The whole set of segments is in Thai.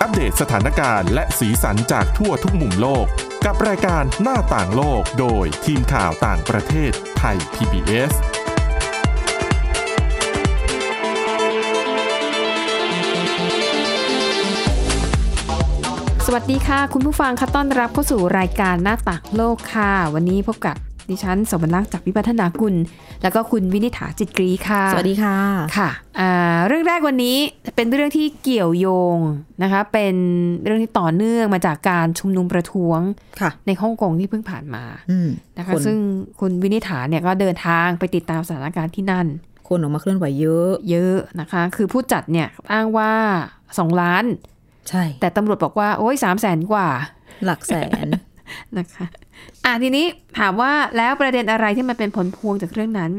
อัปเดตสถานการณ์และสีสันจากทั่วทุกมุมโลก กับรายการหน้าต่างโลกโดยทีมข่าวต่างประเทศไทย PBS สวัสดีค่ะ คุณผู้ฟังค่ะต้อนรับเข้าสู่รายการหน้าต่างโลกค่ะ วันนี้พบกับดิฉันสมรักษ์จากวิพัฒนากุล แล้วก็คุณวินิษฐาจิตกรีค่ะ สวัสดีค่ะ ค่ะอ่าเรื่องแรกวันนี้เป็นเรื่องที่เกี่ยวโยงนะคะ เป็นเรื่องที่ต่อเนื่องมาจากการชุมนุมประท้วง ค่ะ ในฮ่องกงที่เพิ่งผ่านมา อืม นะคะ คน ซึ่งคุณวินิษฐาเนี่ยก็เดินทางไปติดตามสถานการณ์ที่นั่น คนออกมาเคลื่อนไหวเยอะ เยอะนะคะ คือผู้จัดเนี่ยอ้างว่า 2 ล้าน ใช่ แต่ตำรวจบอกว่าโอ้ยสามแสนกว่า หลักแสน นะคะอ่ะทีนี้ถามว่าแล้วประเด็นอะไรที่มันเป็นผลพวงจากเรื่องนั้น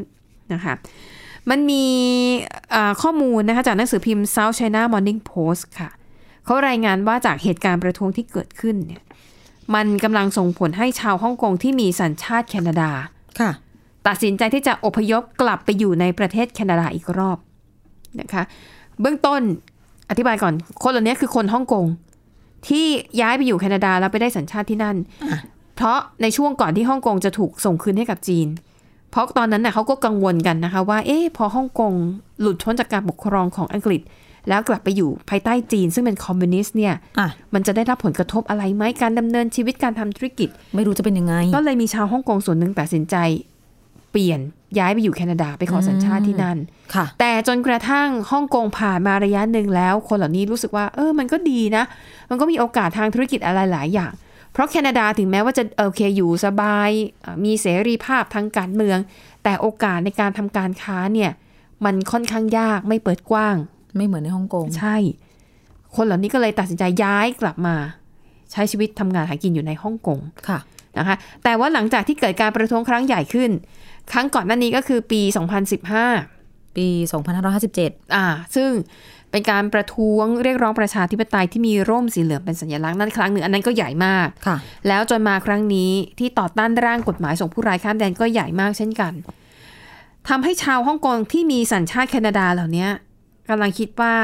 นะคะมันมีเอ่อข้อมูลนะคะจากหนังสือพิมพ์ South China Morning Post ค่ะเขารายงานว่าจากเหตุการณ์ประท้วงที่เกิดขึ้นเนี่ยมันกำลังส่งผลให้ชาวฮ่องกงที่มีสัญชา ติแคนาดา ค่ะ ตัดสินใจที่จะอพยพกลับไปอยู่ในประเทศแคนาดาอีกรอบนะคะเบื้องต้นอธิบายก่อน คนเหล่านี้คือคนฮ่องกงที่ย้ายไปอยู่แคนาดาแล้วไปได้สัญชาติที่นั่น อ่ะ เพราะในช่วงก่อนที่ฮ่องกงจะถูกส่งคืนให้กับจีน เพราะตอนนั้นน่ะเขาก็กังวลกันนะคะว่าเอ๊ะพอฮ่องกงหลุดพ้นจากการปกครองของอังกฤษ แล้วกลับไปอยู่ภายใต้จีน ซึ่งเป็นคอมมิวนิสต์เนี่ย อ่ะ มันจะได้รับผลกระทบอะไรไหมการดำเนินชีวิตการทำธุรกิจ ไม่รู้จะเป็นยังไง ก็เลยมีชาวฮ่องกงส่วนหนึ่งตัดสินใจ เปลี่ยนย้ายไปอยู่แคนาดาไปขอสัญชาติที่นั่น ค่ะ แต่จนกระทั่งฮ่องกงผ่านมาระยะหนึ่งแล้ว คนเหล่านี้รู้สึกว่า เออ มันก็ดีนะ มันก็มีโอกาสทางธุรกิจอะไรหลายอย่าง เพราะแคนาดาถึงแม้ว่าจะโอเคอยู่สบายเอ่อมีเสรีภาพทางการเมือง แต่โอกาสในการทำการค้าเนี่ย มันค่อนข้างยากไม่เปิดกว้าง ไม่เหมือนในฮ่องกง ใช่ คนเหล่านี้ก็เลยตัดสินใจย้ายกลับมา ใช้ชีวิตทำงานหากินอยู่ในฮ่องกง ค่ะ นะคะแต่ว่าหลังจากที่เกิดการประท้วงครั้งใหญ่ขึ้น ครั้งก่อนหน้านี้ก็คือปี 2015 ปี 2557 อ่าซึ่งเป็นการประท้วงเรียกร้องประชาธิปไตยที่มีร่มสีเหลืองเป็นสัญลักษณ์นั่นครั้งหนึ่งอันนั้นก็ใหญ่มาก ค่ะ แล้วจนมาครั้งนี้ที่ต่อต้านร่างกฎหมายส่งผู้ร้ายข้ามแดนก็ใหญ่มากเช่นกันทำให้ชาวฮ่องกงที่มีสัญชาติแคนาดาเหล่านี้กำลังคิดว่า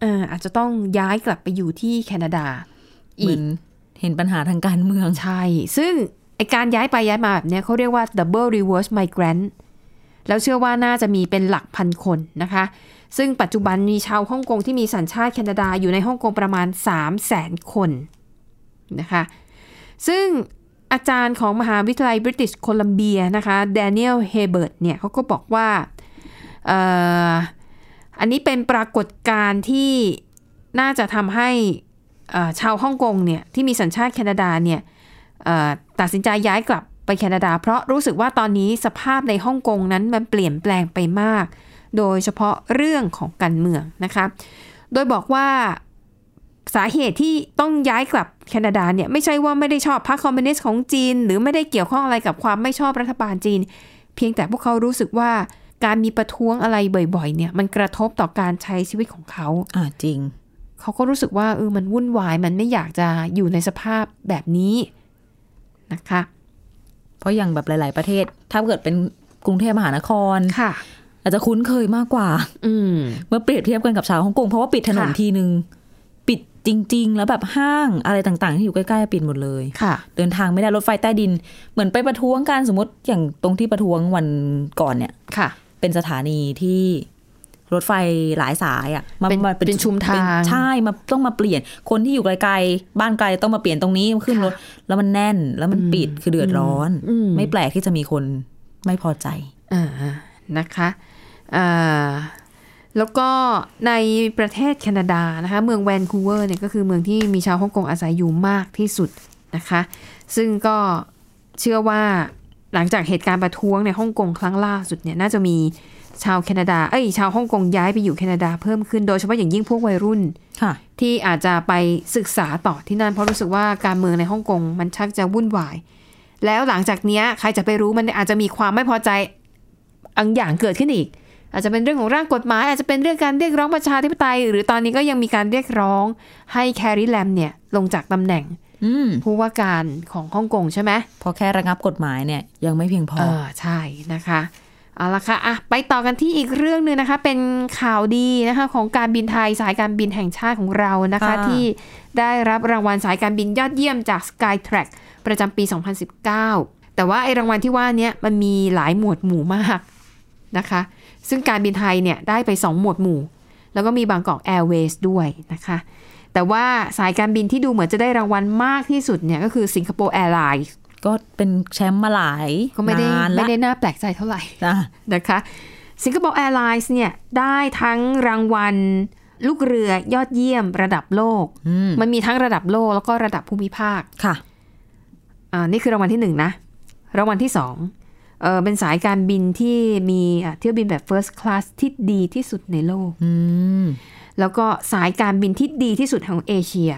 เอออาจจะต้องย้ายกลับไปอยู่ที่แคนาดา เห อี มื ก อนเห็นปัญหาทางการเมือง ใช่ ซึ่งไอการย้ายไปย้ายมาแบบเนี้ยเขาเรียกว่า double reverse migrant แล้วเชื่อว่าน่าจะมีเป็นหลักพันคนนะคะ ซึ่งปัจจุบันมีชาวฮ่องกงที่มีสัญชาติแคนาดาอยู่ในฮ่องกงประมาณ 3 0 0แสนคนนะคะ ซึ่งอาจารย์ของมหาวิทยาลัยบริติชโคลัมเบียนะคะแดเนียลเฮเบิร์ตเนี่ยเขาก็บอกว่าเอ่ออันนี้เป็นปรากฏการณ์ที่น่าจะทำให้ เอ่อชาวฮ่องกงเนี่ยที่มีสัญชาติแคนาดาเนี่ยเอ่อตัดสินใจย้ายกลับไปแคนาดา เพราะรู้สึกว่าตอนนี้สภาพในฮ่องกงนั้นมันเปลี่ยนแปลงไปมาก โดยเฉพาะเรื่องของการเมืองนะคะโดยบอกว่าสาเหตุที่ต้องย้ายกลับแคนาดาเนี่ยไม่ใช่ว่าไม่ได้ชอบพรรคคอมมิวนิสต์ของจีน หรือไม่ได้เกี่ยวข้องอะไรกับความไม่ชอบรัฐบาลจีน เพียงแต่พวกเขารู้สึกว่าการมีประท้วงอะไรบ่อยๆเนี่ยมันกระทบต่อการใช้ชีวิตของเขา อ่าจริง เขาก็รู้สึกว่าเออมันวุ่นวายมันไม่อยากจะอยู่ในสภาพแบบนี้นะคะ เพราะอย่างแบบหลาย ๆ ประเทศ ถ้าเกิดเป็นกรุงเทพมหานคร ค่ะ อาจจะคุ้นเคยมากก ว่า อืม เมื่อเปรียบเทียบกันกับชาวฮ่องกง เพราะว่าปิดถนน ค่ะ ทีนึง ปิดจริง ๆ แล้วแบบห้างอะไรต่าง ๆ ที่อยู่ใกล้ ๆ ปิดหมดเลย ค่ะ เดินทางไม่ได้รถไฟใต้ดิน เหมือนไปประท้วงกันสมมติอย่างตรงที่ประท้วงวันก่อนเนี่ย ค่ะ เป็นสถานีที่รถไฟหลายสายอ่ะมา เป็น มา เป็นชุมทาง เป็นใช่มาต้องมาเปลี่ยน คนที่อยู่ไกลๆบ้านไกลต้องมาเปลี่ยนตรงนี้ขึ้นรถ แล้วมันแน่นแล้วมันปิดคือเดือดร้อน อืม ไม่แปลกที่จะมีคนไม่พอใจ อ่านะคะอ่าแล้วก็ในประเทศแคนาดานะคะ เมืองแวนคูเวอร์เนี่ยก็คือเมืองที่มีชาวฮ่องกงอาศัยอยู่มากที่สุดนะคะ ซึ่งก็เชื่อว่าหลังจากเหตุการณ์ประท้วงในฮ่องกงครั้งล่าสุดเนี่ยน่าจะมีชาวแคนาดาเอ้ยชาวฮ่องกงย้ายไปอยู่แคนาดาเพิ่มขึ้นโดยเฉพาะอย่างยิ่งพวกวัยรุ่น ค่ะ ที่อาจจะไปศึกษาต่อที่นั่น เพราะรู้สึกว่าการเมืองในฮ่องกงมันชักจะวุ่นวาย แล้วหลังจากเนี้ยใครจะไปรู้มันอาจจะมีความไม่พอใจอังอย่างเกิดขึ้นอีก อาจจะเป็นเรื่องของร่างกฎหมาย อาจจะเป็นเรื่องการเรียกร้องประชาธิปไตย หรือตอนนี้ก็ยังมีการเรียกร้องให้แคริแลมเนี่ยลงจากตำแหน่ง อืม ผู้ว่าการของฮ่องกงใช่ไหม พอแค่ระงับกฎหมายเนี่ยยังไม่เพียงพอ เออใช่นะคะ เอาละค่ะอ่ะ ไปต่อกันที่อีกเรื่องหนึ่งนะคะ เป็นข่าวดีนะคะของการบินไทยสายการบินแห่งชาติของเรานะคะ ค่ะ ที่ได้รับรางวัลสายการบินยอดเยี่ยมจาก Skytrack ประจำปี 2019 แต่ว่าไอรางวัลที่ว่าเนี้ยมันมีหลายหมวดหมู่มากนะคะ ซึ่งการบินไทยเนี่ยได้ไป 2 หมวดหมู่ แล้วก็มีบางกอกแอร์เวย์ด้วยนะคะ แต่ว่าสายการบินที่ดูเหมือนจะได้รางวัลมากที่สุดเนี่ยก็คือสิงคโปร์แอร์ไลน์ ก็เป็นแชมป์มาหลาย ก็ไม่ได้ นานละ ไม่ได้น่าแปลกใจเท่าไหร่ อ่ะ นะคะสิงคโปร์แอร์ไลน์เนี่ยได้ทั้งรางวัลลูกเรือยอดเยี่ยมระดับโลก อืม มันมีทั้งระดับโลกแล้วก็ระดับภูมิภาค ค่ะ อ่านี่คือรางวัลที่หนึ่งนะ รางวัลที่สองเออเป็นสายการบินที่มีอ่ะเที่ยวบินแบบ First Class ที่ดีที่สุดในโลก อืม แล้วก็สายการบินที่ดีที่สุดของเอเชีย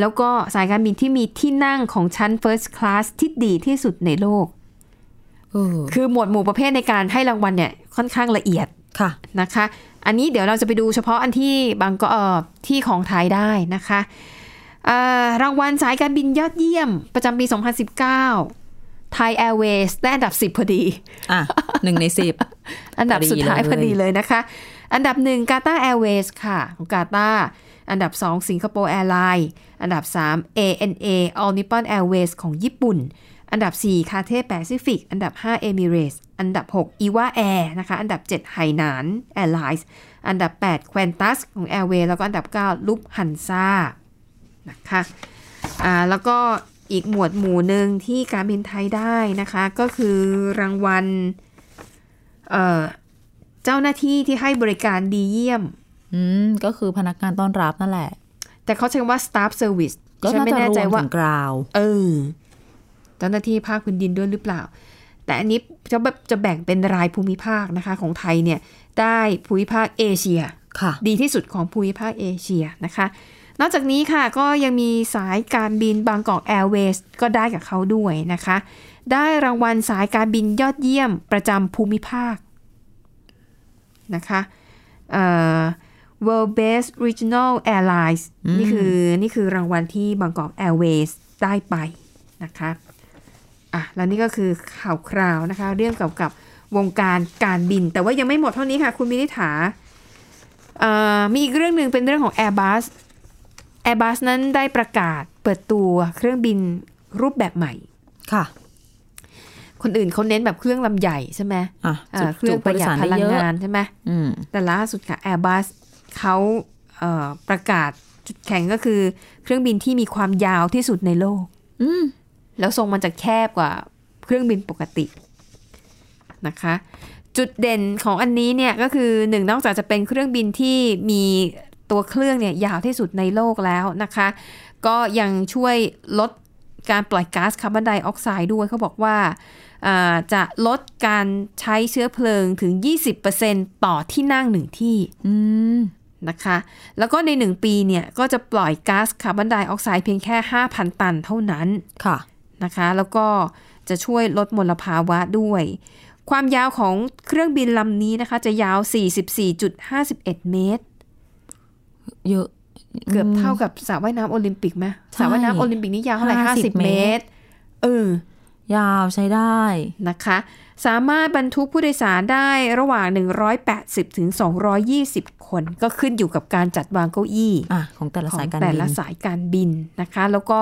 แล้วก็สายการบินที่มีที่นั่งของชั้น First Class ที่ดีที่สุดในโลก เออ คือหมวดหมู่ประเภทในการให้รางวัลเนี่ยค่อนข้างละเอียด ค่ะ นะคะ อันนี้เดี๋ยวเราจะไปดูเฉพาะอันที่บางก็เอ่อที่ของไทยได้นะคะเอ่อรางวัลสายการบินยอดเยี่ยมประจำปี 2019 ไทยแอร์เวย์ได้อันดับ 10 พอดี อ่ะหนึ่งในสิบ อันดับสุดท้ายพ พ อ อดีดีเลย เลยนะคะ อันดับหนึ่งกาตาแอร์เวย์ค่ะของกาตาอันดับ 2 สิงคโปร์แอร์ไลน์อันดับ 3 ANA All Nippon Airways ของญี่ปุ่น อันดับ 4 คาเทแปซิฟิกอันดับ 5 Emirates อันดับ 6 EVA Air นะคะ อันดับ 7 ไหหนาน Airlines อันดับ 8 q u a n t u s ของ Airway แล้วก็อันดับ 9 l u f t h a n s a นะคะอ่าแล้วก็อีกหมวดหมู่หนึ่งที่การบินไทยได้นะคะ ก็คือรางวัล เอ่อเจ้าหน้าที่ที่ให้บริการดีเยี่ยม อืมก็คือพนักงานต้อนรับนั่นแหละ แต่เขาใช้คำว่า staff service ก็ ฉัน น่า ไม่ จะ แน่ รว ใจ ม ว่า ถึงกราว เออ เจ้าหน้าที่ภาคพื้นดินด้วยหรือเปล่า แต่อันนี้จะแบบจะแบ่งเป็นรายภูมิภาคนะคะ ของไทยเนี่ย ได้ภูมิภาคเอเชีย ค่ะ ดีที่สุดของภูมิภาคเอเชียนะคะ นอกจากนี้ค่ะก็ยังมีสายการบินบางกอกแอร์เวย์ก็ได้กับเขาด้วยนะคะ ได้รางวัลสายการบินยอดเยี่ยมประจำภูมิภาคนะคะเอ่อ World Best Regional Airlines อืม นี่คือนี่คือรางวัลที่บางกอกแอร์เวย์ได้ไปนะคะอ่ะแล้วนี่ก็คือข่าวคราวนะคะ เรื่องเกี่ยวกับวงการการบิน แต่ว่ายังไม่หมดเท่านี้ค่ะ คุณมินิษฐา เอ่อมีอีกเรื่องหนึ่งเป็นเรื่องของ Airbus Airbus นั้นได้ประกาศเปิดตัวเครื่องบินรูปแบบใหม่ ค่ะ คนอื่นเขาเน้นแบบเครื่องลำใหญ่ใช่ไหม อ่ะ อ่า จุด เครื่อง จุ ประหยัด โส พลัง ไเยอะ งานใช่ไหม อืม แต่ล่าสุดค่ะ Airbus เขาเอ่อประกาศจุดแข็งก็คือเครื่องบินที่มีความยาวที่สุดในโลก อืม แล้วทรงมันจะแคบกว่าเครื่องบินปกตินะคะ จุดเด่นของอันนี้เนี่ยก็คือหนึ่งนอกจากจะเป็นเครื่องบินที่มีตัวเครื่องเนี่ยยาวที่สุดในโลกแล้วนะคะ ก็ยังช่วยลดการปล่อยก๊าซคาร์บอนไดออกไซด์ด้วยเขาบอกว่าเอ่อจะลดการใช้เชื้อเพลิงถึง 20%ต่อที่นั่งหนึ่งที่ อืม นะคะ แล้วก็ใน 1 ปีเนี่ยก็จะปล่อยก๊าซคาร์บอนไดออกไซด์เพียงแค่ 5,000 ตันเท่านั้น ค่ะ นะคะแล้วก็จะช่วยลดมลภาวะด้วย ความยาวของเครื่องบินลำนี้นะคะ จะยาว 44.51 เมตร เยอะ เกือบเท่ากับสระว่ายน้ำโอลิมปิกไหม ใช่ สระว่ายน้ำโอลิมปิกนี่ยาวเท่าไหร่ 50 50 เมตร เออ ยาวใช้ได้ นะคะ สามารถบรรทุกผู้โดยสารได้ระหว่าง 180ถึง220 คน ก็ขึ้นอยู่กับการจัดวางเก้าอี้ อ่ะ ของแต่ละสายการ ของแต่ บิน ละสายการบินนะคะ แล้วก็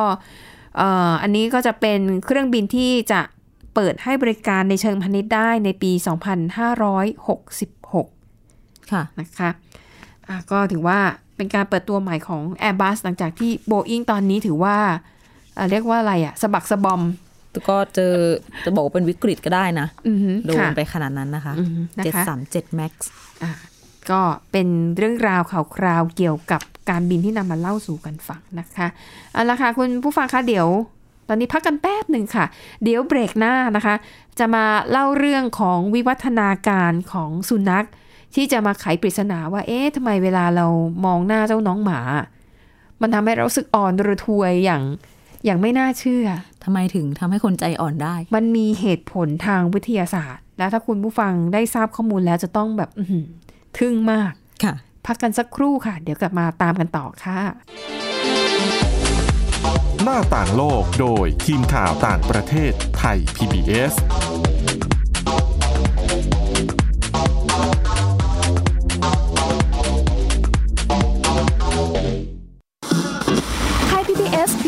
เอ่ออันนี้ก็จะเป็นเครื่องบินที่จะเปิดให้บริการในเชิงพาณิชย์ได้ในปี 2566 ค่ะ นะคะอ่ะก็ถือว่าเป็นการเปิดตัวใหม่ของ Airbus หลังจากที่ Boeing ตอนนี้ถือว่าเอ่อเรียกว่าอะไรอะสะบักสะบอม แล้วก็เจอจะบอกว่าเป็นวิกฤตก็ได้นะ อือหือ โดน ค่ะ ไปขนาดนั้นนะคะ อือฮึนะคะ เจ็ดสามเจ็ดแม็กซ์ อ่ะก็เป็นเรื่องราวข่าวคราวเกี่ยวกับการบินที่นำมาเล่าสู่กันฟังนะคะเอาละค่ะคุณผู้ฟังคะเดี๋ยว ตอนนี้พักกันแป๊บหนึ่งค่ะ เดี๋ยวเบรกหน้านะคะ จะมาเล่าเรื่องของวิวัฒนาการของสุนัข ที่จะมาไขปริศนาว่าเอ๊ะทำไมเวลาเรามองหน้าเจ้าน้องหมา มันทำให้เรารู้สึกอ่อนระทวยอย่างอย่างไม่น่าเชื่อ ทำไมถึงทำให้คนใจอ่อนได้ มันมีเหตุผลทางวิทยาศาสตร์ และถ้าคุณผู้ฟังได้ทราบข้อมูลแล้วจะต้องแบบอื้อหือทึ่งมาก ค่ะ พักกันสักครู่ค่ะ เดี๋ยวกลับมาตามกันต่อค่ะ หน้าต่างโลกโดยทีมข่าวต่างประเทศไทย PBS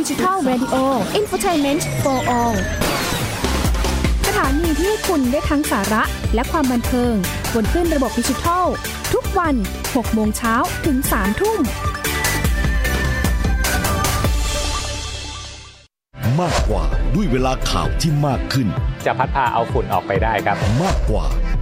ดิจิทัล Radio Infotainment for All สถานีที่คุณได้ทั้งสาระและความบันเทิงบนขึ้นระบบดิจิทัล ทุกวัน 6 โมงเช้าถึง 3 ทุ่ม มากกว่าด้วยเวลาข่าวที่มากขึ้น จะพัดพาเอาฝุ่นออกไปได้ครับ มากกว่า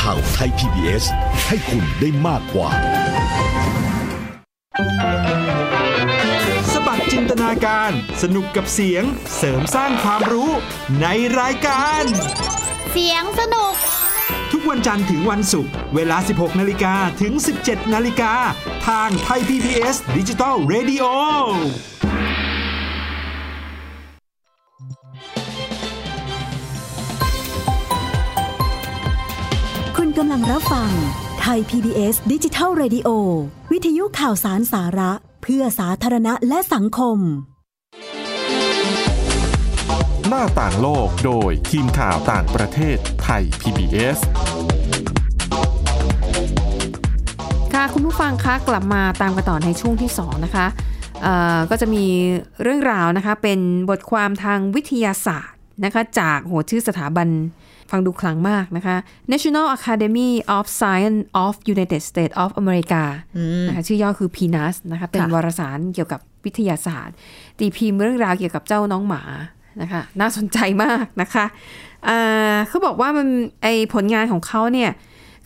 ข่าวไทย PBS ให้คุณได้มากกว่า สบัดจินตนาการ สนุกกับเสียง เสริมสร้างความรู้ในรายการ เสียงสนุก ทุกวันจันทร์ถึงวันศุกร์เวลา 16 นาฬิกาถึง 17 นาฬิกา ทางไทย PPS ดิจิตอล Radio คุณกำลังรับฟังไทย PBS ดิจิทัล Radio วิทยุข่าวสารสาระ เพื่อสาธารณะและสังคม หน้าต่างโลกโดยทีมข่าวต่างประเทศไทย PBS ค่ะคุณผู้ฟังคะกลับมาตามกันต่อในช่วงที่สองนะคะเอ่อก็จะมีเรื่องราวนะคะเป็นบทความทางวิทยาศาสตร์นะคะจากโหชื่อสถาบันฟังดูคลังมากนะคะ National Academy of Science of United States of America นะคะชื่อย่อคือ PNAS นะคะเป็น ค่ะ วารสารเกี่ยวกับวิทยาศาสตร์ ตีพิมพ์เรื่องราวเกี่ยวกับเจ้าน้องหมานะคะน่าสนใจมากนะคะอ่าเขาบอกว่ามันไอผลงานของเขาเนี่ย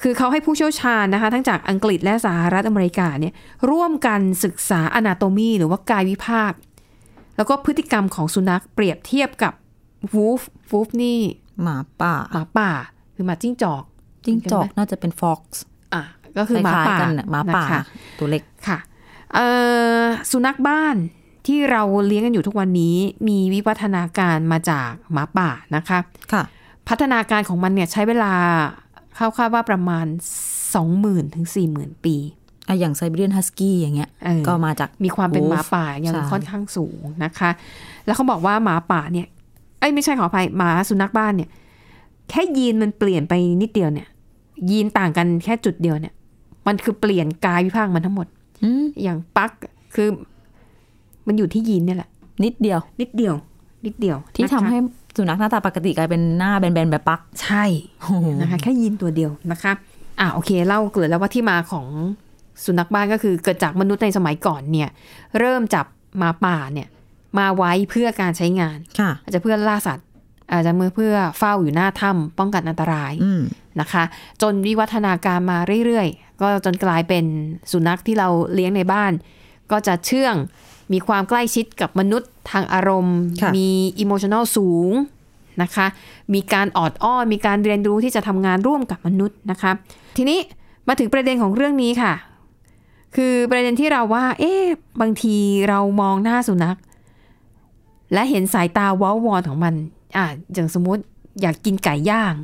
คือเขาให้ผู้เชี่ยวชาญนะคะ ทั้งจากอังกฤษและสหรัฐอเมริกาเนี่ยร่วมกันศึกษาอนาโตมีหรือว่ากายวิภาค แล้วก็พฤติกรรมของสุนัขเปรียบเทียบกับวูฟวูฟนี่ หมาป่า หมาป่าคือหมาจิ้งจอก จิ้งจอกน่าจะเป็นฟ็อกซ์ อ่ะก็คือหมาป่า กันน่ะหมาป่า นะคะ ตัวเล็ก ค่ะเอ่อสุนัขบ้านที่เราเลี้ยงกันอยู่ทุกวันนี้ มีวิวัฒนาการมาจากหมาป่านะคะ ค่ะ พัฒนาการของมันเนี่ยใช้เวลาคาดว่าประมาณ 20,000ถึง40,000 ปี อะอย่างไซบีเรียนฮัสกี้อย่างเงี้ย เออ ก็มาจาก มีความเป็นหมาป่ายัง ใช่ ค่อนข้างสูงนะคะ แล้วเขาบอกว่าหมาป่าเนี่ยเอ้ยไม่ใช่ขออภัยหมาสุนัขบ้านเนี่ย แค่ยีนมันเปลี่ยนไปนิดเดียวเนี่ย ยีนต่างกันแค่จุดเดียวเนี่ย มันคือเปลี่ยนกายวิภาคมันทั้งหมด อืม อย่างปลักคือมันอยู่ที่ยีนเนี่ยแหละ นิดเดียว นิดเดียว นิดเดียว ที่ นะคะ ทำให้สุนัขหน้าตาปกติกลายเป็นหน้าแบนๆแบบปัก ใช่นะคะแค่ยีนตัวเดียวนะคะอ่าโอเคเล่าเกริดแล้วว่าที่มาของสุนัขบ้านก็คือเกิดจากมนุษย์ในสมัยก่อนเนี่ย เริ่มจับหมาป่าเนี่ยมาไว้เพื่อการใช้งาน ค่ะ อาจจะเพื่อล่าสัตว์ อาจจะเมื่อเพื่อเฝ้าอยู่หน้าถ้ำป้องกันอันตราย อืม นะคะ จนวิวัฒนาการมาเรื่อยๆ ก็จนกลายเป็นสุนัขที่เราเลี้ยงในบ้าน ก็จะเชื่องมีความใกล้ชิดกับมนุษย์ทางอารมณ์ ค่ะ มีอิโมชัน a ลสูงนะคะ มีการออดอ้อนมีการเรียนรู้ที่จะทำงานร่วมกับมนุษย์นะคะ ทีนี้มาถึงประเด็นของเรื่องนี้ค่ะ คือประเด็นที่เราว่า เอ๊ะบางทีเรามองหน้าสุนัข และเห็นสายตาว้าวอนของมัน อ่ะอย่างสมมติอยากกินไก่ย่าง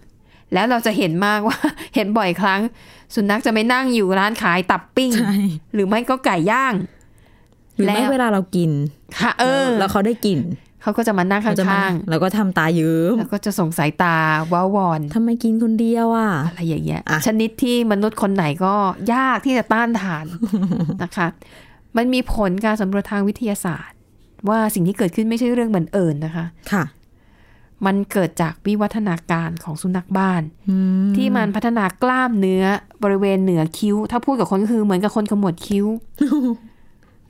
แล้วเราจะเห็นมาก ว่า เห็นบ่อยครั้ง สุนัขจะไม่นั่งอยู่ร้านขายตับปิ้ง ใช่ หรือไม่ก็ไก่ย่าง หรือไม่ แล้ว เวลาเรากิน ค่ะเออ แล้วเขาได้กลิ่น เขาก็จะมานั่ง เขาจะมา ข้าง แล้วก็ทำตาเยิ้ ๆ ม แล้วก็จะส่งสายตาว้าวอน ทำไมกินคนเดียวอ่ะ อะไรอย่างเงี้ย อ่ะ ชนิดที่มนุษย์คนไหนก็ยากที่จะต้านทาน นะคะ มันมีผลการสำรวจทางวิทยาศาสตร์ ว่าสิ่งที่เกิดขึ้นไม่ใช่เรื่องบังเอิญนะคะ ค่ะ มันเกิดจากวิวัฒนาการของสุนัขบ้าน ที่มันพัฒนากล้ามเนื้อบริเวณเหนือคิ้ว ถ้าพูดกับคนก็คือเหมือนกับคนขมวด คิ้ว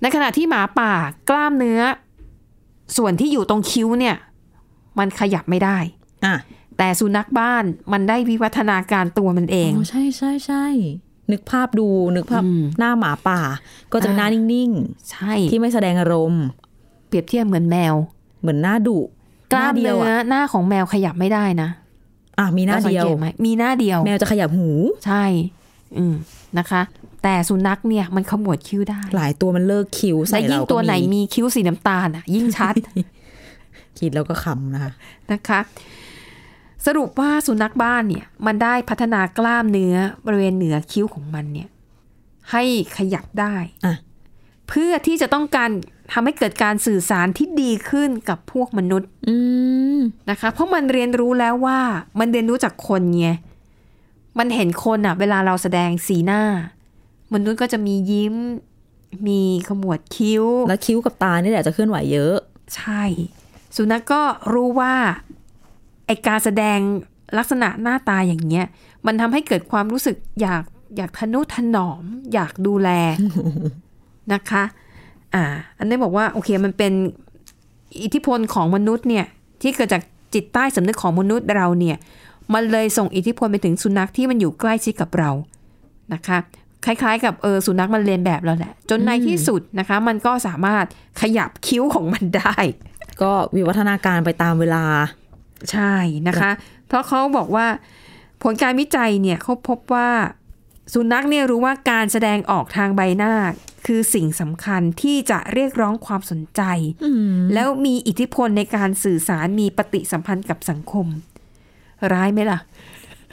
ในขณะที่หมาป่ากล้ามเนื้อ ส่วนที่อยู่ตรงคิ้วเนี่ย มันขยับไม่ได้ อ่ะ แต่สุนัขบ้านมันได้วิวัฒนาการตัวมันเอง อ๋อใช่ใช่ใช่นึกภาพดูนึกภาพ อืม หน้าหมาป่า ก็จะเป็นหน้า อ่า นิ่ง ใช่ ๆ ที่ไม่แสดงอารมณ์ เปรียบเทียบเหมือนแมว เหมือนหน้าดุ กล้าม ห เนื้อ อะ หน้าของแมวขยับไม่ได้นะ อ่ะมีหน้า เราสัง เดียว กตไหมมีหน้าเดียว แมวจะขยับหู ใช่ อืมนะคะ แต่สุนัขเนี่ยมันขมวดคิ้วได้ หลายตัวมันเลิกคิ้วใส่ และยิ่ง เราก็ ตัวไหนมี คิ้วสีน้ำตาลอ่ะยิ่งชัด คิดแล้วก็ขำนะคะ นะคะ ค สรุปว่าสุนัขบ้านเนี่ยมันได้พัฒนากล้ามเนื้อบริเวณเหนือคิ้วของมันเนี่ยให้ขยับได้ อ่ะ เพื่อที่จะต้องการทำให้เกิดการสื่อสารที่ดีขึ้นกับพวกมนุษย์ อืม นะคะ เพราะมันเรียนรู้แล้วว่ามันเรียนรู้จากคนไงมันเห็นคนอะเวลาเราแสดงสีหน้า มนุษย์ก็จะมียิ้ม มีขมวดคิ้ว แล้วคิ้วกับตานี่แหละจะเคลื่อนไหวเยอะ ใช่ สุนัขกก็รู้ว่าไอการแสดงลักษณะหน้าตาอย่างเงี้ย มันทำให้เกิดความรู้สึกอยากอยากทนุถนอม อยากดูแล นะคะ อ่า อันนี้บอกว่าโอเคมันเป็นอิทธิพลของมนุษย์เนี่ย ที่เกิดจากจิตใต้สำนึกของมนุษย์เราเนี่ย มันเลยส่งอิทธิพลไปถึงสุนัขที่มันอยู่ใกล้ชิดกับเรานะคะ คล้ายๆ กับเออสุนัขมันเรียนแบบเราแหละ จนในที่สุดนะคะ มันก็สามารถขยับคิ้วของมันได้ ก็วิวัฒนาการไปตามเวลา ใช่นะคะ เพราะเขาบอกว่าผลการวิจัยเนี่ยเขาพบว่าสุนัขเนี่ยรู้ว่าการแสดงออกทางใบหน้า คือสิ่งสำคัญที่จะเรียกร้องความสนใจ แล้วมีอิทธิพลในการสื่อสารมีปฏิสัมพันธ์กับสังคม ร้ายไหมล่ะ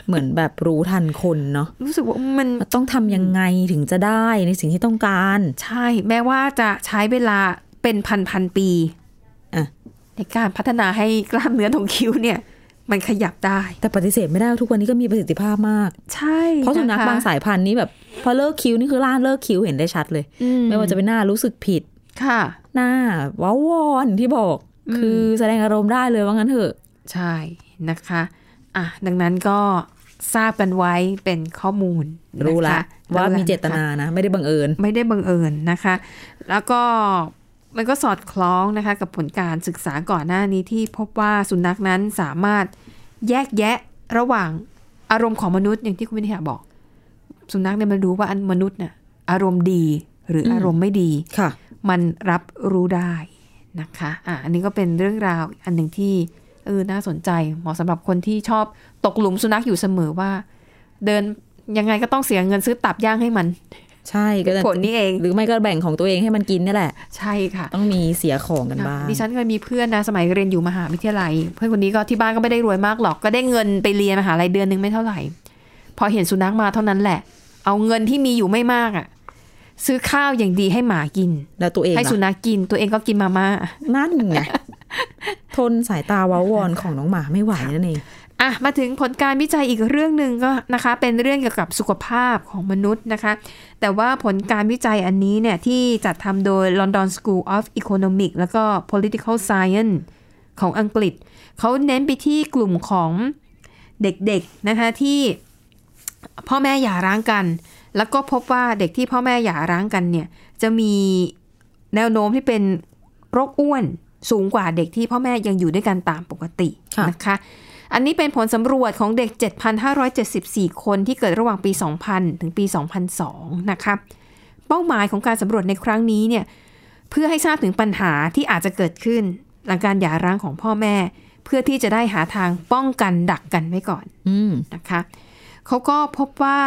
เหมือนแบบรู้ทันคนเนาะ รู้สึกว่ามัน มันต้องทำยังไงถึงจะได้ในสิ่งที่ต้องการ ใช่ แม้ว่าจะใช้เวลาเป็นพันพันๆปี อ่ะ ในการพัฒนาให้กล้ามเนื้อตรงคิ้วเนี่ย มันขยับได้ แต่ปฏิเสธไม่ได้ว่าทุกวันนี้ก็มีประสิทธิภาพมาก ใช่ เพราะสุนัข ค บางสายพันธุ์นี่แบบพอเลิกคิ้วนี่คือล่าเลิกคิ้วเห็นได้ชัดเลย อื ไม่ว่าจะเป็นหน้ารู้สึกผิด ค่ะ หน้าว้าวอนที่บอก คือแสดงอารมณ์ได้เลยว่างั้นเถอะ ใช่นะคะอ่ะดังนั้นก็ทราบกันไว้เป็นข้อมูลนค รู้ละว่ามีเจต รู้ละ นา ค่ะ นะ ไม่ได้บังเอิญ ไม่ได้บังเอิญนะคะ แล้วก็มันก็สอดคล้องนะคะกับผลการศึกษาก่อนหน้านี้ที่พบว่าสุนัขนั้นสามารถแยกแยะระหว่างอารมณ์ของมนุษย์อย่างที่คุณวินิหาบอก สุนัขเนี่ยมันรู้ว่าอันมนุษย์น่ะอารมณ์ดีหรืออารมณ์ไม่ดี ค่ะ มันรับรู้ได้นะคะ อ่ะ อันนี้ก็เป็นเรื่องราวอันหนึ่งที่เออน่าสนใจ เหมาะสำหรับคนที่ชอบตกหลุมสุนัขอยู่เสมอว่า เดินยังไงก็ต้องเสียเงินซื้อตับย่างให้มัน ใช่ก็จะ ผลนี่เอง หรือไม่ก็แบ่งของตัวเองให้มันกินนี่แหละ ใช่ค่ะ ต้องมีเสียของกันบ้าง ดิฉันเคยมีเพื่อนนะสมัยเรียนอยู่มหาวิทยาลัย เพื่อนคนนี้ก็ที่บ้านก็ไม่ได้รวยมากหรอก ก็ได้เงินไปเรียนมหาลัยเดือนหนึงไม่เท่าไหร่ พอเห็นสุนัขมาเท่านั้นแหละ เอาเงินที่มีอยู่ไม่มากอะซื้อข้าวอย่างดีให้หมากิน แล้วตัวเอง ให้สุ ล่ะ นัขกิน ตัวเองก็กินมาม่า นั่นไงทนสายตาว้าวอนของน้องหมาไม่ไหวนั่นเอง อ่ะมาถึงผลการวิจัยอีกเรื่องหนึ่งก็นะคะ เป็นเรื่องเกี่ยวกับสุขภาพของมนุษย์นะคะ แต่ว่าผลการวิจัยอันนี้เนี่ย ที่จัดทำโดย London School of Economic แล้วก็ Political Science ของอังกฤษ เขาเน้นไปที่กลุ่มของเด็กๆนะคะที่พ่อแม่หย่าร้างกัน แล้วก็พบว่าเด็กที่พ่อแม่หย่าร้างกันเนี่ย จะมีแนวโน้มที่เป็นโรคอ้วนสูงกว่าเด็กที่พ่อแม่ยังอยู่ด้วยกันตามปกติ ค่ะ นะคะ อันนี้เป็นผลสำรวจของเด็ก 7,574 คนที่เกิดระหว่างปี 2000 ถึงปี 2002 นะคะ เป้าหมายของการสำรวจในครั้งนี้เนี่ย เพื่อให้ทราบถึงปัญหาที่อาจจะเกิดขึ้น หลังการหย่าร้างของพ่อแม่ เพื่อที่จะได้หาทางป้องกันดักกันไว้ก่อน อืม นะคะเขาก็พบว่า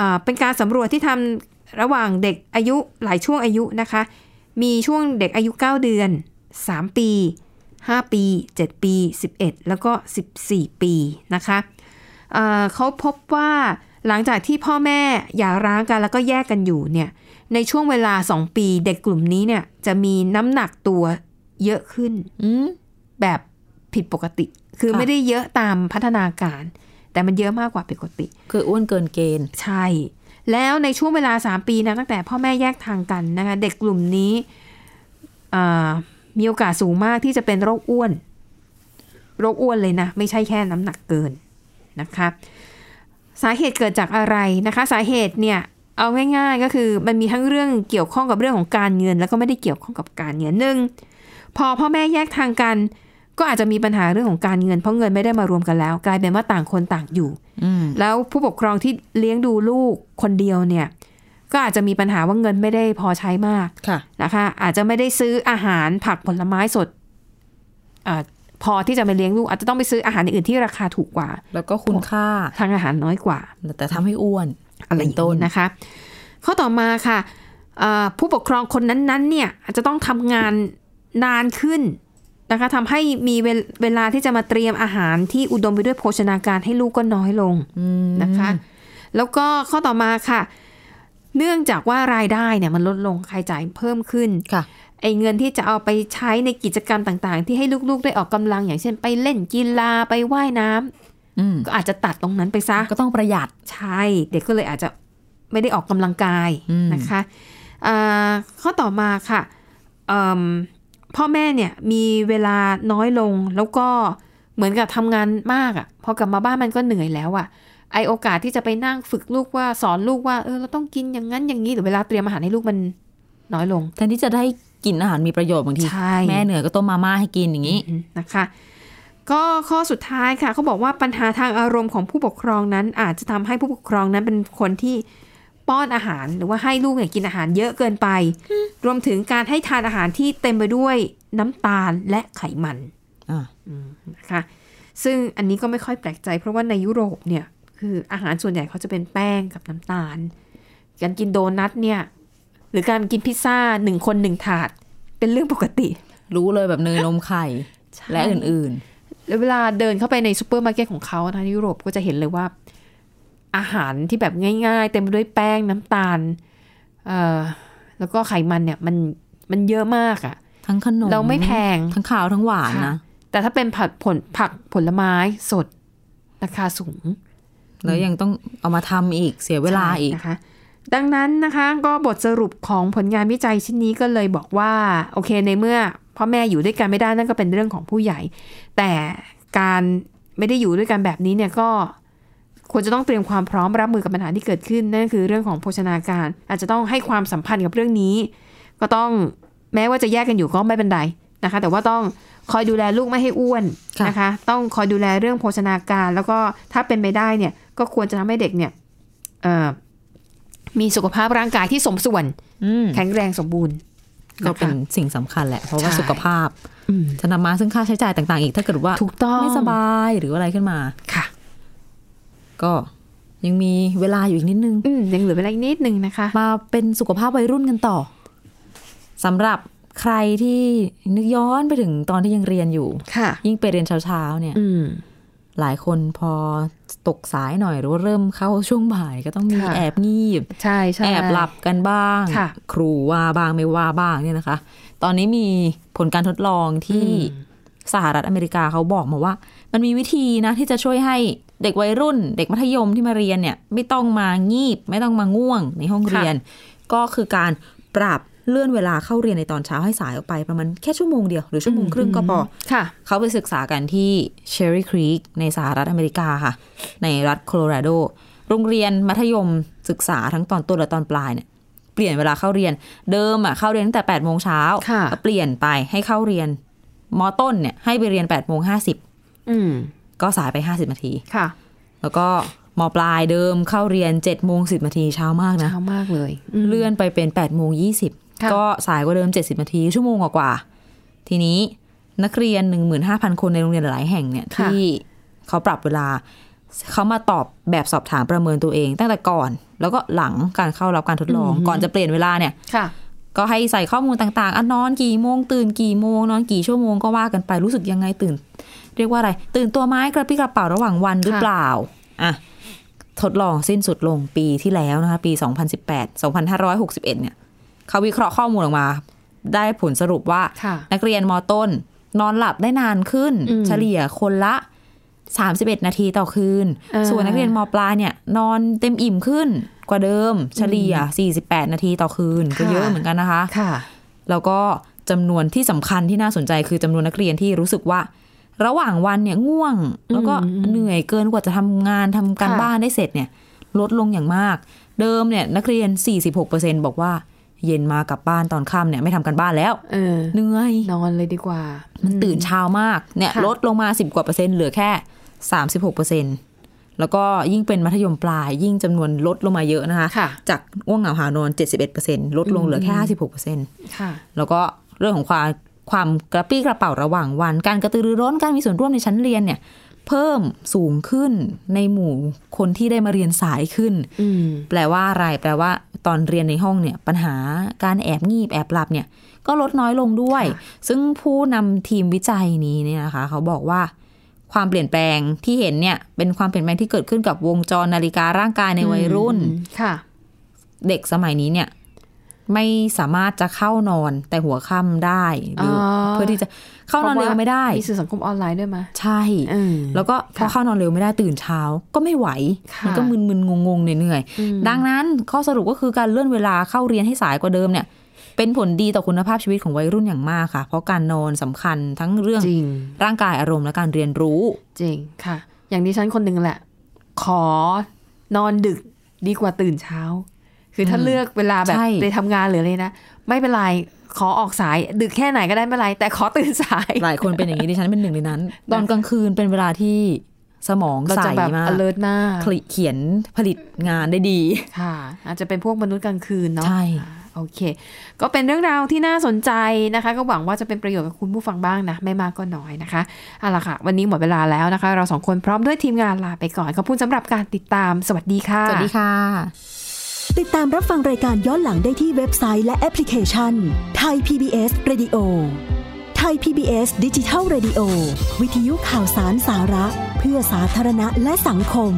อ่าเป็นการสำรวจที่ทำระหว่างเด็กอายุหลายช่วงอายุนะคะ มีช่วงเด็กอายุ 9 เดือน 3 ปี 5 ปี 7 ปี 11 แล้วก็ 14 ปีนะคะอ่าเขาพบว่าหลังจากที่พ่อแม่หย่าร้างกันแล้วก็แยกกันอยู่เนี่ยในช่วงเวลา 2 ปีเด็กกลุ่มนี้เนี่ยจะมีน้ำหนักตัวเยอะขึ้น อืม แบบผิดปกติ คือ ค่ะ ไม่ได้เยอะตามพัฒนาการ แต่มันเยอะมากกว่าปกติ คืออ้วนเกินเกณฑ์ ใช่ แล้วในช่วงเวลา 3 ปีนะตั้งแต่พ่อแม่แยกทางกันนะคะ เด็กกลุ่มนี้อ่ามีโอกาสสูงมากที่จะเป็นโรคอ้วน โรคอ้วนเลยนะ ไม่ใช่แค่น้ำหนักเกินนะคะ สาเหตุเกิดจากอะไรนะคะ สาเหตุเนี่ย เอาง่าย ๆ ก็คือมันมีทั้งเรื่องเกี่ยวข้องกับเรื่องของการเงิน แล้วก็ไม่ได้เกี่ยวข้องกับการเงินหนึ่งพอพ่อแม่แยกทางกัน ก็อาจจะมีปัญหาเรื่องของการเงิน เพราะเงินไม่ได้มารวมกันแล้ว กลายเป็นว่าต่างคนต่างอยู่ อืม แล้วผู้ปกครองที่เลี้ยงดูลูกคนเดียวเนี่ย ก็อาจจะมีปัญหาว่าเงินไม่ได้พอใช้มาก ค่ะ นะคะ อาจจะไม่ได้ซื้ออาหารผักผลไม้สดอาพอที่จะไปเลี้ยงลูก อาจจะต้องไปซื้ออาหารอย่างอื่นที่ราคาถูกกว่า แล้วก็คุณค่า ทางอาหารน้อยกว่า แต่ทำให้อ้วน อะไรอย่าง เป็นต้น นี้นะคะข้อต่อมาค่ะเอ่อผู้ปกครองคนนั้นๆเนี่ยอาจจะต้องทำงานนานขึ้น นะคะทำให้มีเวลเวลาที่จะมาเตรียมอาหารที่อุดมไปด้วยโภชนาการให้ลูกก็น้อยลงนะคะ แล้วก็ข้อต่อมาค่ะ เนื่องจากว่ารายได้เนี่ยมันลดลงค่าใช้จ่ายเพิ่มขึ้น ค่ะ ไอ้เงินที่จะเอาไปใช้ในกิจกรรมต่างๆ ที่ให้ลูกๆได้ออกกำลัง อย่างเช่นไปเล่นกีฬาไปว่ายน้ำ อืม ก็อาจจะตัดตรงนั้นไปซะ ก็ต้องประหยัด ใช่เด็กก็เลยอาจจะไม่ได้ออกกำลังกาย อืม นะคะอ่าข้อต่อมาค่ะเอิ่มพ่อแม่เนี่ยมีเวลาน้อยลงแล้วก็เหมือนกับทำงานมากอะ่ะพอกลับมาบ้านมันก็เหนื่อยแล้วอะ่ะไอโอกาสที่จะไปนั่งฝึกลูกว่าสอนลูกว่าเออเราต้องกินอย่างนั้นอย่างนี้หรือเวลาเตรียมอาหารให้ลูกมันน้อยลง แทนที่จะได้กินอาหารมีประโยชน์บางที ใช่ แม่เหนื่อยก็ต้มมาม่าให้กินอย่างนี้ อืมนะคะ ก็ข้อสุดท้ายค่ะเขาบอกว่าปัญหาทางอารมณ์ของผู้ปกครองนั้น อาจจะทำให้ผู้ปกครองนั้นเป็นคนที่ป้อนอาหารหรือว่าให้ลูกเนี่ยกินอาหารเยอะเกินไป รวมถึงการให้ทานอาหารที่เต็มไปด้วยน้ำตาลและไขมัน อ่า อืมนะคะซึ่งอันนี้ก็ไม่ค่อยแปลกใจ เพราะว่าในยุโรปเนี่ยคืออาหารส่วนใหญ่เขาจะเป็นแป้งกับน้ำตาล การกินโดนัทเนี่ยหรือการกินพิซซ่าหนึ่งคนหนึ่งถาดเป็นเรื่องปกติ รู้เลยแบบเนยนมไข่และอื่น แล้วเวลาเดินเข้าไปในซูเปอร์มาร์เก็ตของเขาทางยุโรปก็จะเห็นเลยว่า อาหารที่แบบง่ายๆ เต็มไปด้วยแป้งน้ำตาลเอ่อแล้วก็ไขมันเนี่ยมันมันเยอะมากอะ่ะ ๆ ทั้งขนม เราไม่แพง ทั้งข้าวทั้งหวาน ค่ะ นะ แต่ถ้าเป็นผักผลผักผลไม้สดราคาสูง แล้วยังต้องเอามาทำอีกเสียเวลาอีก นะคะ ดังนั้นนะคะก็บทสรุปของผลงานวิจัยชิ้นนี้ก็เลยบอกว่า โอเคในเมื่อพ่อแม่อยู่ด้วยกันไม่ได้นั่นก็เป็นเรื่องของผู้ใหญ่ แต่การไม่ได้อยู่ด้วยกันแบบนี้เนี่ยก็ ควรจะต้องเตรียมความพร้อมรับมือกับปัญหาที่เกิดขึ้น นั่นคือเรื่องของโภชนาการ อาจจะต้องให้ความสัมพันธ์กับเรื่องนี้ ก็ต้องแม้ว่าจะแยกกันอยู่ก็ไม่เป็นไรนะคะ แต่ว่าต้องคอยดูแลลูกไม่ให้อ้วน ค่ะ นะคะ ต้องคอยดูแลเรื่องโภชนาการ แล้วก็ถ้าเป็นไปได้เนี่ย ก็ควรจะทำให้เด็กเนี่ยเอ่อมีสุขภาพร่างกายที่สมส่วน อืม แข็งแรงสมบูรณ์ ก็เป็นะคะ สิ่งสำคัญแหละ เพราะว่า ใช่ สุขภาพ อืม จะนำมาซึ่งค่าใช้จ่ายต่าง ๆ อีกถ้าเกิดว่า ถูกต้อง ไม่สบายหรืออะไรขึ้นมา ค่ะ ก็ยังมีเวลาอยู่อีกนิดนึง อืมยังเหลือเวลาอีกนิดนึงนะคะ มาเป็นสุขภาพวัยรุ่นกันต่อสำหรับใครที่นึกย้อนไปถึงตอนที่ยังเรียนอยู่ ค่ะ ยิ่งไปเรียนเช้าๆเนี่ย อืม หลายคนพอตกสายหน่อยหรือว่าเริ่มเข้าช่วงบ่ายก็ต้องมี ค่ะ แอบงีบ ใช่ใช่ แอบหลับกันบ้าง ค่ะ ครูว่าบ้างไม่ว่าบ้างเนี่ยนะคะ ตอนนี้มีผลการทดลองที่ อืม สหรัฐอเมริกาเขาบอกมาว่า มันมีวิธีนะที่จะช่วยให้เด็กวัยรุ่น เด็กมัธยมที่มาเรียนเนี่ย ไม่ต้องมางีบ ไม่ต้องมาง่วงในห้องเรียน ก็คือการปรับเลื่อนเวลาเข้าเรียนในตอนเช้าให้สายออกไปประมาณแค่ชั่วโมงเดียวหรือชั่วโมงครึ่งก็พอ ค่ะ เขาไปศึกษากันที่ Cherry Creek ในสหรัฐอเมริกาค่ะ ในรัฐโคโลราโด โรงเรียนมัธยมศึกษาทั้งตอนต้นและตอนปลายเนี่ย เปลี่ยนเวลาเข้าเรียน เดิมอ่ะเข้าเรียนตั้งแต่8ปดโมงเช้า ค่ะ ก็เปลี่ยนไปให้เข้าเรียนมอต้นเนี่ยให้ไปเรียน8ปดโมงห้าสิบ อืม ก็สายไป 50 นาที ค่ะ แล้วก็มปลายเดิมเข้าเรียน7จ็ดโมงสินาทีเช้ามากนะ เช้ามากเลย เลื่อนไปเป็น8ปดโมงยี ค่ะ ก็สายกว่าเดิม 70นาที ชั่วโมงกว่าๆทีนี้นักเรียน 15,000 คนในโรงเรียนหลายแห่งเนี่ยที่เขาปรับเวลา เขามาตอบแบบสอบถามประเมินตัวเอง ตั้งแต่ก่อน แล้วก็หลังการเข้ารับการทดลอง ก่อนจะเปลี่ยนเวลาเนี่ย ค่ะ ก็ให้ใส่ข้อมูลต่างๆอ่ะนอนกี่โมง ตื่นกี่โมง นอนกี่ชั่วโมงก็ว่ากันไปรู้สึกยังไงตื่น เรียกว่าอะไร ตื่นตัวไหม้กระปรี้กระเป๋าระหว่างวันหรือเปล่าอ่ะทดลองสิ้นสุดลงปีที่แล้วนะคะ ปี 2018 2561 เนี่ยเขาวิเคราะห์ข้อมูลออกมา ได้ผลสรุปว่า ค่ะ นักเรียนมต้น นอนหลับได้นานขึ้น อืม เฉลี่ยคนละ 31 นาทีต่อคืน อ่า ส่วนนักเรียนมปลายเนี่ย นอนเต็มอิ่มขึ้นกว่าเดิม เฉลี่ย 48 นาทีต่อคืนก็เยอะเหมือนกันนะคะ ค่ะ แล้วก็จำนวนที่สำคัญที่น่าสนใจคือจำนวนนักเรียนที่รู้สึกว่า ระหว่างวันเนี่ยง่วง แล้วก็ อืม เหนื่อยเกินกว่าจะทำงานทำการ ค่ะ บ้านได้เสร็จเนี่ย ลดลงอย่างมาก เดิมเนี่ยนักเรียน 46%บอกว่า เย็นมากลับบ้านตอนค่ำเนี่ยไม่ทำการบ้านแล้ว เออ เหนื่อย นอนเลยดีกว่า มันตื่นเช้ามากเนี่ย ค่ะ ลดลงมา 10 กว่าเปอร์เซ็นต์เหลือแค่ 36เปอร์เซ็นต์แล้วก็ยิ่งเป็นมัธยมปลาย ยิ่งจำนวนลดลงมาเยอะนะคะ ค่ะ จากง่วงเหงาหานอน 71เปอร์เซ็นต์ลดลงเหลือแค่ 56เปอร์เซ็นต์ ค่ะ แล้วก็เรื่องของความความกระปรี้กระเป๋าระหว่างวัน การกระตือรือร้นการมีส่วนร่วมในชั้นเรียนเนี่ย เพิ่มสูงขึ้นในหมู่คนที่ได้มาเรียนสายขึ้น อืม แปลว่าอะไร แปลว่า ตอนเรียนในห้องเนี่ยปัญหาการแอบงีบแอบหลับเนี่ยก็ลดน้อยลงด้วย ซึ่งผู้นำทีมวิจัยนี้เนี่ยนะคะ เขาบอกว่า ความเปลี่ยนแปลงที่เห็นเนี่ยเป็นความเปลี่ยนแปลงที่เกิดขึ้นกับวงจรนาฬิการ่างกายในวัยรุ่น อืมค่ะ เด็กสมัยนี้เนี่ยไม่สามารถจะเข้านอนแต่หัวค่ำได้หรืออ อ เพื่อที่จะเข้านอนเร็วไม่ได้ มีสื่อสังคมออนไลน์ด้วยมา ใช่ อืม แล้วก็พอ ค่ะ เข้านอนเร็วไม่ได้ตื่นเช้าก็ไม่ไหว ค่ะ มันก็มึนๆงงๆเหนื่อย อืม ๆดังนั้นข้อสรุปก็คือการเลื่อนเวลาเข้าเรียนให้สายกว่าเดิมเนี่ย เป็นผลดีต่อคุณภาพชีวิตของวัยรุ่นอย่างมากค่ะ เพราะการนอนสำคัญทั้งเรื่อง จริง ร่างกายอารมณ์และการเรียน รู้ จริงค่ะ อย่างดิฉันคนหนึ่งแหละ ขอนอนดึกดีกว่าตื่นเช้า คือถ้าเลือกเวลาแบบ ใช่ ไปทำงานหรืออะไรนะ ไม่เป็นไร ขอออกสายดึกแค่ไหนก็ได้ไม่เป็นไร แต่ขอตื่นสาย หลายคนเป็นอย่างนี้ ดิฉันเป็นหนึ่งใน นั้น ตอนกลางคืนเป็นเวลาที่สมอง เรา ใส จะแบบ มาก alert มาก คลิเขียนผลิตงานได้ดี ค่ะ อาจจะเป็นพวกมนุษย์กลางคืนเนาะ ใช่ โอเค ก็เป็นเรื่องราวที่น่าสนใจนะคะ ก็หวังว่าจะเป็นประโยชน์กับคุณผู้ฟังบ้างนะ ไม่มากก็น้อยนะคะ เอาล่ะค่ะ วันนี้หมดเวลาแล้วนะคะ เราสองคนพร้อมด้วยทีมงานลาไปก่อน ขอบคุณสำหรับการติดตาม สวัสดีค่ะ สวัสดีค่ะ ติดตามรับฟังรายการย้อนหลังได้ที่เว็บไซต์และแอปพลิเคชันไทย PBS Radio ไทย PBS ดิจิทัล Radio วิทยุข่าวสารสาระ เพื่อสาธารณะและสังคม